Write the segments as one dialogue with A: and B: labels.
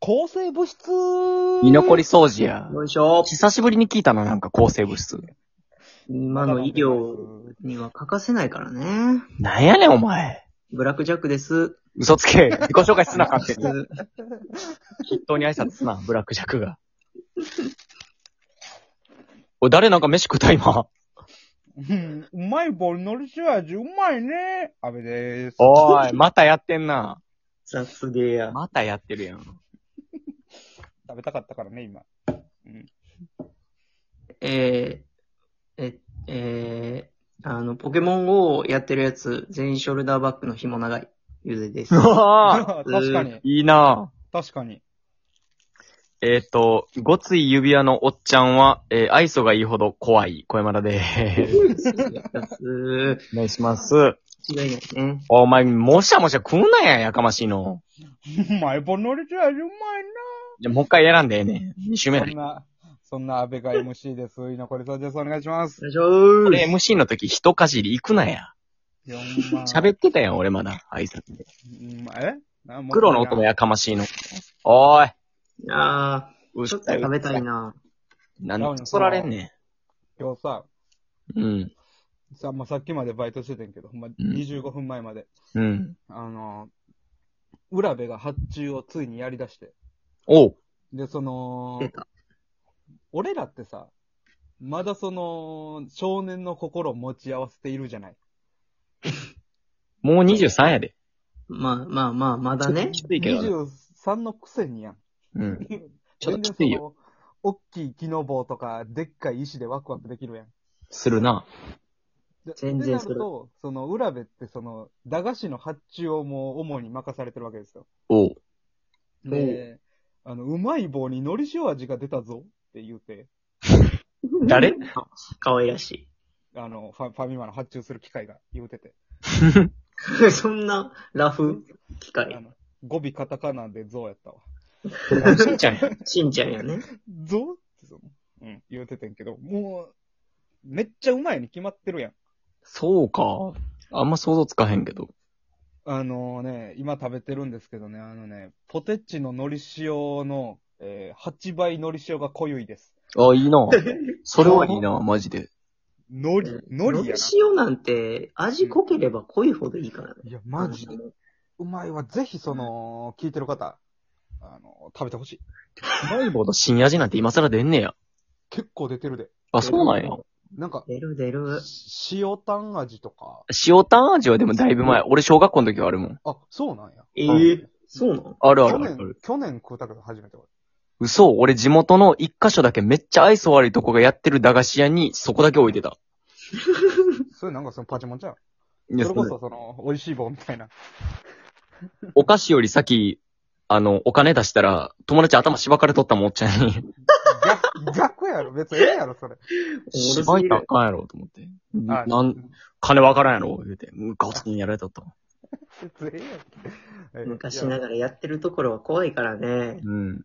A: 抗生物質
B: 居残り掃除や。
C: よいしょ。
B: 久しぶりに聞いたな、なんか抗生物質。
C: 今の医療には欠かせないからね。
B: なんやねん、お前。
C: ブラックジャックです。
B: 嘘つけ。自己紹介すな、勝手 に。
C: 普通
B: 本当に挨拶すな、ブラックジャックが。おい、誰なんか飯食った、今。
A: うんうまいボルノルシュ味、うまいね。安部です。
B: おーい、またやってんな。
C: さすげえや。
B: またやってるやん。
A: 食べたかったからね、今。うん。
C: えー、え、えー、あの、ポケモン GO をやってるやつ、全員ショルダーバッグの紐長い、ゆず です。
B: わあ
A: 確かに、
B: いいな
A: 確かに。
B: えっ、と、ごつい指輪のおっちゃんは、えー愛想がいいほど怖い、小山田でー
C: さす
B: す。お願いします。
C: 間違いないね。
B: お前、もしゃもしゃ食うなや、やかましいの。
A: うまいボルノルシュ味、うまいな。
B: じゃ、もう一回選んでええねん。2周目や
A: そ
B: で
A: んな、そんな安倍が MC です。居残り掃除です。お願いします。
C: 大丈夫
B: 俺 MC の時、人かじり行くなや。
A: 4
B: 喋ってたやん、俺まだ、挨拶で。
A: うん、えなもう
B: 黒の音もやかましいの。おーい、
C: あ
B: う
C: ー、
B: っ
C: ちょっと
B: さい。
C: 食べたい
B: な。
C: な。
B: なんで、そられんね
A: 今日さ、
B: ん。うん。
A: さ、まあ、さっきまでバイトしててんけど、ほんま、25分前まで。
B: うん。
A: あの、浦部が発注をついにやり出して。
B: おう。
A: で、その
C: 出、た。
A: 俺らってさ、まだその、少年の心を持ち合わせているじゃない。
B: もう23やで。
C: まあまあまあ、まだね。
B: きついけどね。
A: 23のくせにやん。
B: うん。ちょっ
A: 全然
B: ときつ
A: そ
B: いよ。
A: の、おっきい木の棒とか、でっかい石でワクワクできるやん。
B: するな。
A: で
C: 全然
A: ってな
C: する
A: と、その、浦部ってその、駄菓子の発注をもう主に任されてるわけですよ。
B: おう。
A: で、あの、うまい棒に海苔塩味が出たぞって言うて、
B: 誰
C: かわいらし
A: あの、ファファミマの発注する機械が言うてて。
C: い。 そんな、ラフ機
A: あ
C: 械。
A: の、語尾カタカナでゾウやったわ。
B: しんちゃんや。
C: しんちゃんやね。
A: ゾウってその、うん、言うててんけど、もう、めっちゃうまいに決まってるやん。
B: そうか。あんま想像つかへんけど。
A: あのね、今食べてるんですけどね、あのね、ポテチの海苔塩の、えー、8倍海苔塩が濃ゆいです。
B: あ、いいな。それはいいな、マジで。
A: 海苔、海苔や
C: 塩なんて、味濃ければ濃いほどいいからね。
A: な。いや、マジで。うまいわ。ぜひ、その、聞いてる方、あの、食べてほし い。
B: うまい棒と新味なんて今更出んねや。
A: 結構出てるで。
B: あ、そうなんや。
A: なんか、
C: 出る出る。
A: し塩タン味とか。
B: 塩タン味はでもだいぶ前。俺小学校の時はあるもん。
A: あ、そうなんや。
C: ええそうなの
B: あるあ
A: 去
B: るあるあ
A: 年
B: る。、
A: 去年食うたけど初めて俺。
B: 嘘、俺地元の一箇所だけめっちゃ愛想悪いとこがやってる駄菓子屋にそこだけ置いてた。
A: それなんかそのパチモンじゃん。
B: い
A: そ
B: や
A: れこそその、美味しい棒みたいな。
B: お菓子より先、あの、お金出したら、友達頭しばかれとったもん、おっちゃん に。
A: 逆、逆やろ。別にええやろ、それ。
B: しばいたらあかんやろ、と思って。
A: あ
B: なん、金わからんやろ、言うて。うんガツンやられとったもん。
A: 別にええやろ。
C: 昔
A: い
C: な
A: や
C: がらやってるところは怖いからね。
B: うん。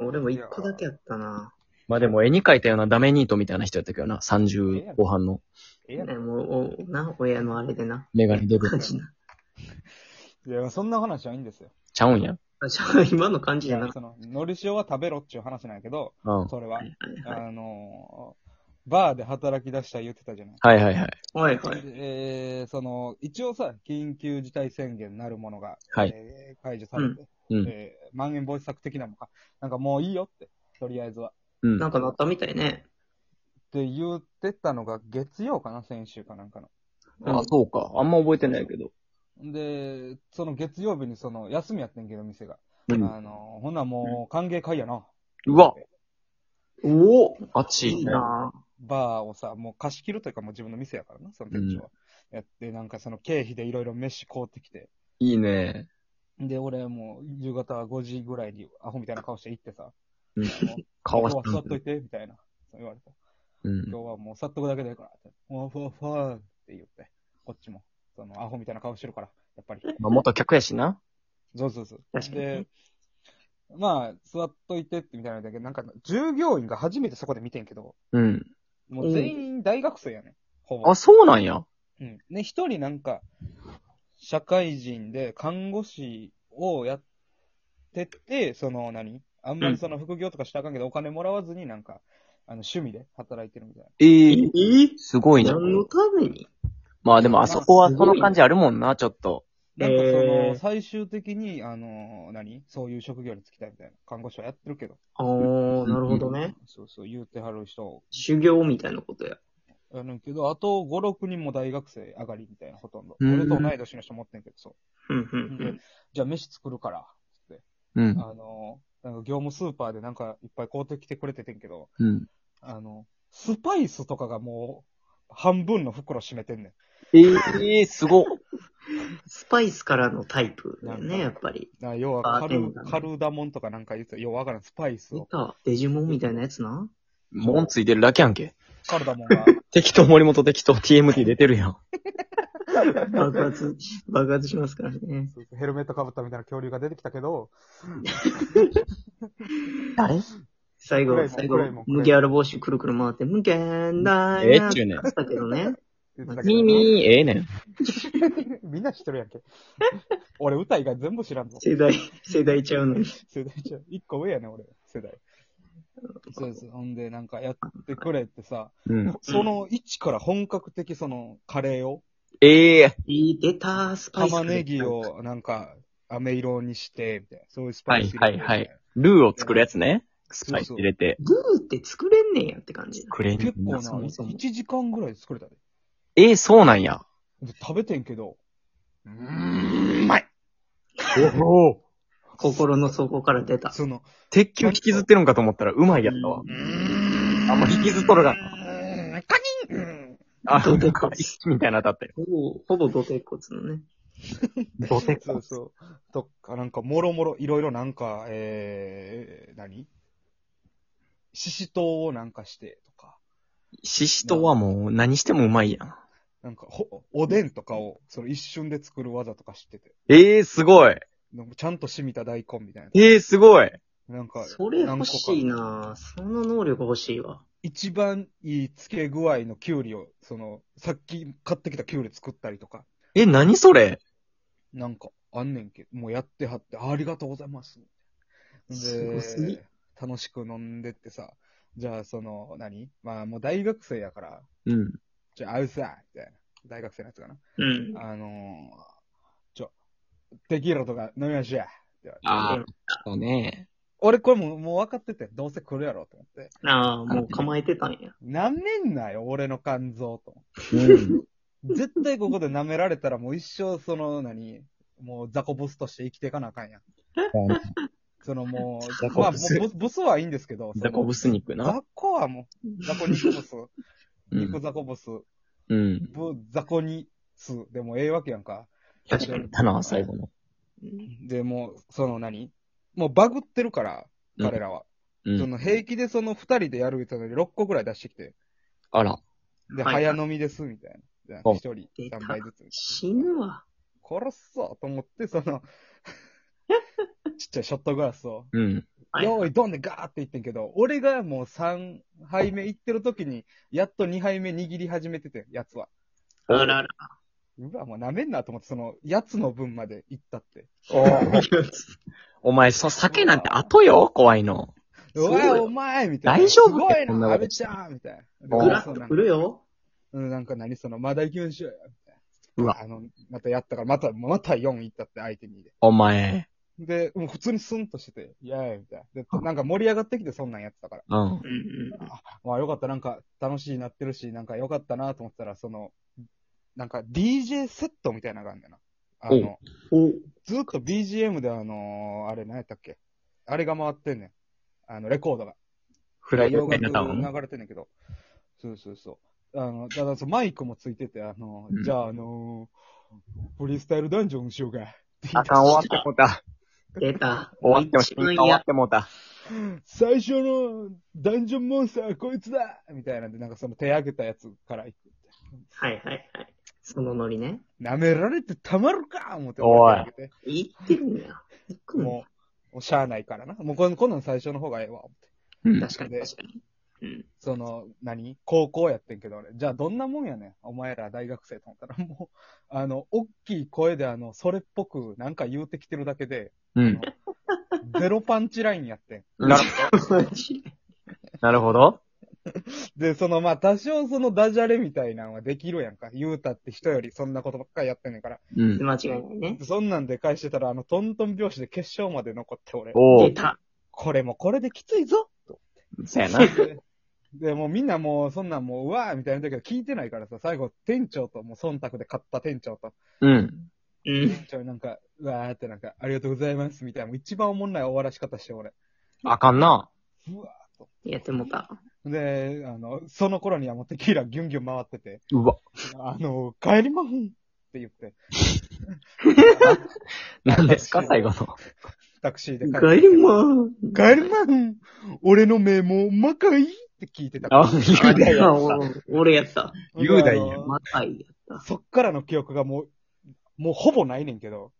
C: 俺も一個だけやったな。
B: まあでも絵に描いたようなダメニートみたいな人やったけどな、30後半の
A: ええやろ
C: ね、もう、おな、親のあれでな。
B: メガネドル。
C: 感じな。
A: いや、そんな話はいいんですよ。
B: ちゃうんや。
C: あじゃあ、今の感じ
A: い
C: じゃ
A: や
C: なく
A: そ
C: て。
A: の、のり塩は食べろっていう話なんやけど、
B: うん。
A: それは。
C: はいはい
A: あのーバーで働き出した言ってたじゃない。
B: はいはいはい。
C: はいはい。
A: えー、その、一応さ、緊急事態宣言なるものが、
B: はい
A: えー解除されて、
B: うん。
A: えーまん延防止策的なもんか、なんかもういいよって、とりあえずは。
B: うん。
C: なんかなったみたいね。
A: って言ってたのが月曜かな、先週かなんかの。
C: うん
B: あ、そうか。あんま覚えてないけど。
A: で、その月曜日にその、休みやってんけど、店が。
B: うん。
A: あのー、ほんならもう、歓迎会やな。
B: うわ、
C: おお
B: あっち。
C: いいな
A: バーをさ、もう貸し切るというか、もう自分の店やからな、その店長は。やって、なんかその経費でいろいろ飯買うてきて。
B: いいね。
A: で、俺もう夕方5時ぐらいにアホみたいな顔して行ってさ、
B: うん
A: あの
B: かわし
A: 今日は座っといて、みたいな。そう言われた。
B: うん。
A: 今日はもう座っとくだけでいいからって。ふわふわふわって言って、こっちも。そのアホみたいな顔してるから、やっぱり。
B: まあ、元客やしな。
A: そうそうそう。
C: 確かに
A: で、まあ、座っといてってみたいなんだけど、なんか従業員が初めてそこで見てんけど、
B: うん。
A: もう全員大学生やねん。ほぼ
B: あ、。そうなんや。
A: うん。で、一人なんか、社会人で看護師をやっってって、その何あんまりその副業とかしたらあかんけど、お金もらわずになんか、あの趣味で働いてるみたいな。
B: え
C: え
B: えすごいな。
C: 何のために
B: まあでもあそこはその感じあるもんな、ちょっと。
A: なんかそ
C: え
A: の、
C: ー
A: 最終的に、あの、何そういう職業に就きたいみたいな。看護師はやってるけど。
C: あー、なるほどね。
A: そうそう、言うてはる人
C: 修行みたいなことや。
A: やるんけど、あと5、6人も大学生上がりみたいな、ほとんど。
B: うん
A: 俺と同い年の人持ってんけど、そう。
C: うん、う
A: で
C: ん、
A: じゃあ飯作るから、つって。
B: うん。
A: あの、なんか業務スーパーでなんかいっぱい買うてきてくれててんけど、
B: うん。
A: あの、スパイスとかがもう、半分の袋占めてんね
B: ええすごっ。
C: うん。スパイスからのタイプだよ
A: なんか
C: ね、やっぱり。
A: ん。な要は
C: あ
A: カ
C: そう
A: ル、
C: だね
A: カルダモンとかなんか言ってた、要はわからん、スパイス
C: 見
A: を。
C: たデジモンみたいなやつな。
B: もんついてるだけやんけ。
A: カルダモンが、
B: 適当森本適当 TMT 出てるやん。
C: 爆発、爆発しますからね。
A: そうそうヘルメットかぶったみたいな恐竜が出てきたけど、
B: 誰
C: 最
A: クレイモ
C: 後、
A: ン
C: 最
A: クレイモン
C: 後、
A: クレイモン
C: ムギャール帽子くるくる回って、ムギャンダー
B: ええ
C: や
B: っちゅうねん
C: だけどね。
A: 言ってたけど
B: ミミええねん。
A: みんな知ってるやんけ。 俺歌以外全部知らんぞ。
C: 世代、世代ちゃうのに。
A: 世代じゃん、一個上やねん、俺、世代。そうです。ほんで、なんかやってくれってさ、
B: うん。
A: その位置から本格的そのカレーを、
B: ええ
C: いい、出た、スパイス。
A: 玉ねぎ。をなんか、飴色にして、みたいな。そういうスパイス入れて。
B: はいはいはルーを作るやつね。スパイス入れて。
C: ルーって作れんねんやって感じ。
B: くれん
A: 結構な、
C: そもそも
A: 1時間ぐらいで作れたで。
B: ええそうなんや。
A: で食べてんけど、うーん、
B: おお。
C: 心の底から出た。
A: その、
B: 鉄球引きずってるんかと思ったらうまいやったわ
C: う。
A: うーん
B: あんま引きずっとるが
A: うーんカニンうん
B: あ、
C: どうで
B: で
C: こい
B: みたいな当たったよ。
C: ほぼ、ほぼ土手骨のね。
B: ドテ
A: そうそう。とか、なんか、もろもろ、いろいろなんか、えー、何ししとうをなんかして、とか、
B: シシトはもう何してもうまいやん。
A: なんか、ほ、おでんとかを、その一瞬で作る技とか知ってて、
B: ええすごい。
A: なんかちゃんと染みた大根みたい
B: ええすごい。
A: な。なんか、
C: それ欲しい
A: 何個か
C: なその能力欲しいわ。
A: 一番いい漬け具合のきゅうりを、その、さっき買ってきたきゅうり作ったりとか、
B: え、何それ
A: なんか、あんねんけど、もうやってはって、ありがとうございます。
C: すごすぎ
A: で、楽しく飲んでってさ、じゃあ、その、何まあ、もう大学生やから、
B: うん。
A: じゃあ、会うさ、みたいな。大学生のやつかな。
C: うん。
A: あのー、ちょ、テキーラとか飲みましょうや。
B: ああ、そうね。
A: 俺、これもうもう分かってて、どうせ来るやろ、と思って。
C: ああ、もう構えてたんや。
A: 舐めんなよ、俺の肝臓、と思
B: うん。
A: って。絶対ここで舐められたら、もう一生、その、何もう、ザコボスとして生きていかなあか んやん。そのもう、
B: ザコ
A: まあ、
B: ブ
A: も
B: ス
A: うブスブスはいいんですけど、
B: ザコブ
A: ス。
B: ス肉な。
A: ザコはもう、ザコ肉ブス、
B: う
A: 肉
B: ん。
A: ザコブス、
B: うん。
A: ブザコニスでもええわけやんか。
C: 確かに。
B: だな、最後の。
C: うん
A: で、もう、その何もうバグってるから、彼らは。
B: う
A: そ
B: ん。
A: の平気でその二人でやる言ってたのに6個ぐらい出してきて。
B: あら。
A: で、
C: はい
A: 早飲みです、みたいな。
B: お
A: 一人
C: 出た
A: 3杯ずつみ
C: 死ぬわ。
A: たいな。殺すぞと思って、そ の、ちっちゃいショットグラスを、
B: うん。
C: はい
A: 用意ドンでガーっていってんけど、俺がもう3杯目いってる時に、やっと2杯目握り始めてて、やつは。
C: あらら。
A: うわ、もう舐めんなと思って、その、やつの分までいったって。
B: おーお前、そ、酒なんて後よ、怖いの。
A: う
C: そうよ
A: わ、お前みたいな。
B: 大丈夫
A: すごい
B: こんな
A: な、
B: こと
A: 安倍ちゃんみたいな。
B: お
C: ぐ
A: で
C: らっ
A: そう
C: と
A: なん
C: 来
A: か
C: るよ。
A: うん、なんか何その、まだ行きましょうよ。みたいな
B: うわ
A: あの、またやったから、また、また4いったって相手にで。
B: お前。
A: で、もう普通にスンとしてて、イェーイみたいな。で、なんか盛り上がってきてそんなんやってたから。
B: うん。
C: うんうん。
A: まあよかった、なんか楽しいなってるし、なんかよかったなと思ったら、その、なんか DJ セットみたいなのがあるんだよな。あの、
C: お、
A: ずっと BGM であのーあれ何やったっけあれが回ってんねん。あの、レコードが。
B: フライド
A: 洋
B: みたい
A: 楽
B: なタウン。
A: 流れてんねんけど。そうそうそう。あの、ただそのマイクもついてて、あの、
B: うん
A: じゃああのーフリースタイルダンジョンしようか。
B: あかん、終わってもうた。
C: 出た。
B: 終わっても
C: 一
B: し、
C: 番
B: 終わ
C: 嫌
B: っ。てもうた。
A: 最初のダンジョンモンスターはこいつだみたいなんで、なんかその手上げたやつから行く。
C: はいはいはい。そのノリね。
A: 舐められてたまるか思って、
B: おい
A: 手上げて
C: 言ってるんや。行くんや
A: もう、もうしゃあないからな。もうこんこんなん最初の方がええわ、思って。
B: うん。
C: 確かに確かに。うん。
A: その、何高校やってんけど俺。じゃあどんなもんやねん。お前ら大学生と思ったら、もう、あの、大きい声であの、それっぽくなんか言うてきてるだけで、あ
B: うん
A: の。ゼロパンチラインやってん。
B: なる
C: マジ
B: なるほど。
A: で、そのまあ多少そのダジャレみたいなんはできるやんか。言うたって人よりそんなことばっかりやってんねんから。
B: う
C: で
B: ん。
C: 間違いないね。
A: そんなんで返してたら、あの、トントン拍子で決勝まで残って俺、
B: お
C: 出
B: う。
C: た。
A: これもこれできついぞ
B: そやな。
A: でで、もうみんなもうそんなんもう、うわーみたいな時は聞いてないからさ、最後店長と、もう忖度で買った店長と、
B: うん。
C: うん。
A: 店長になんか、うわーってなんか、ありがとうございますみたいな、もう一番おもんない終わらし方して俺。
B: あかんな。
A: うわ
C: やってもうた。
A: ーで、あの、その頃にはもうテキーラギュンギュン回ってて、
B: うわ。
A: あの、帰りませんって言 って、
B: 何ですか最後の。
A: タクシーで帰って。
C: ガイマン。
A: 帰りません俺の目もうまかいって聞いてたから。
B: あ、言うな
C: あ
B: よ。
C: お俺やった。
B: 雄大や
A: あの
C: またいやった。
A: そっからの記憶がもう、もうほぼないねんけど。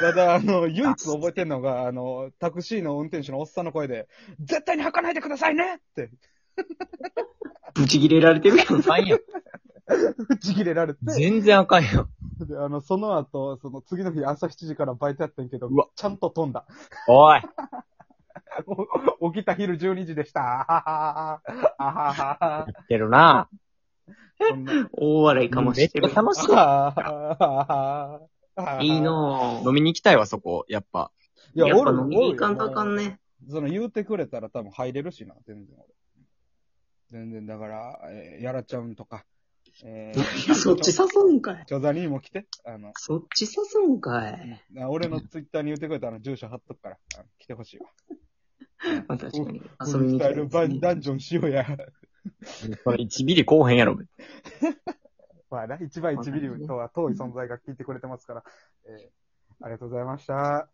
A: ただ、あの、唯一覚えてんの が、あの、タクシーの運転手のおっさんの声で、絶対に吐かないでくださいねって、
C: ブチ切れられてるやん。
B: あかんやん。
A: 打ち切れられて、
B: 全然あかんやん。
A: であの、その後、その次の日朝7時からバイトやってんけど
B: うわ、
A: ちゃんと飛んだ。
B: おい。
A: お起きた昼12時でした。あははは。あははは。
B: 言ってるな。
A: そ んな
C: 大笑いかもして
B: め
C: る
B: っちゃ。楽し
A: あ
B: そう。
A: ははは。
C: いいの
B: 飲みに行きたいわ、そこ。やっぱ。
A: い
C: やっぱ
A: おる
C: 飲みに行かんとあかんね。
A: その言うてくれたら多分入れるしな、全然俺。全然、だから、えーやらちゃうんとか、え
C: そっち誘うんかい。
A: ちょざにも来て、あの、
C: そっち誘うんかい。
A: あ俺のツイッターに言うてくれたら住所貼っとくから、あの来てほしいわ。
C: まあ、確かに。遊びに行き
A: スタ
C: たい
A: イルバンダ
C: で
A: ンジョンしよ うや。
B: これ1ミリこうへんやろ。
A: まあな、一番一ビリとは遠い存在が聞いてくれてますから、えーありがとうございました。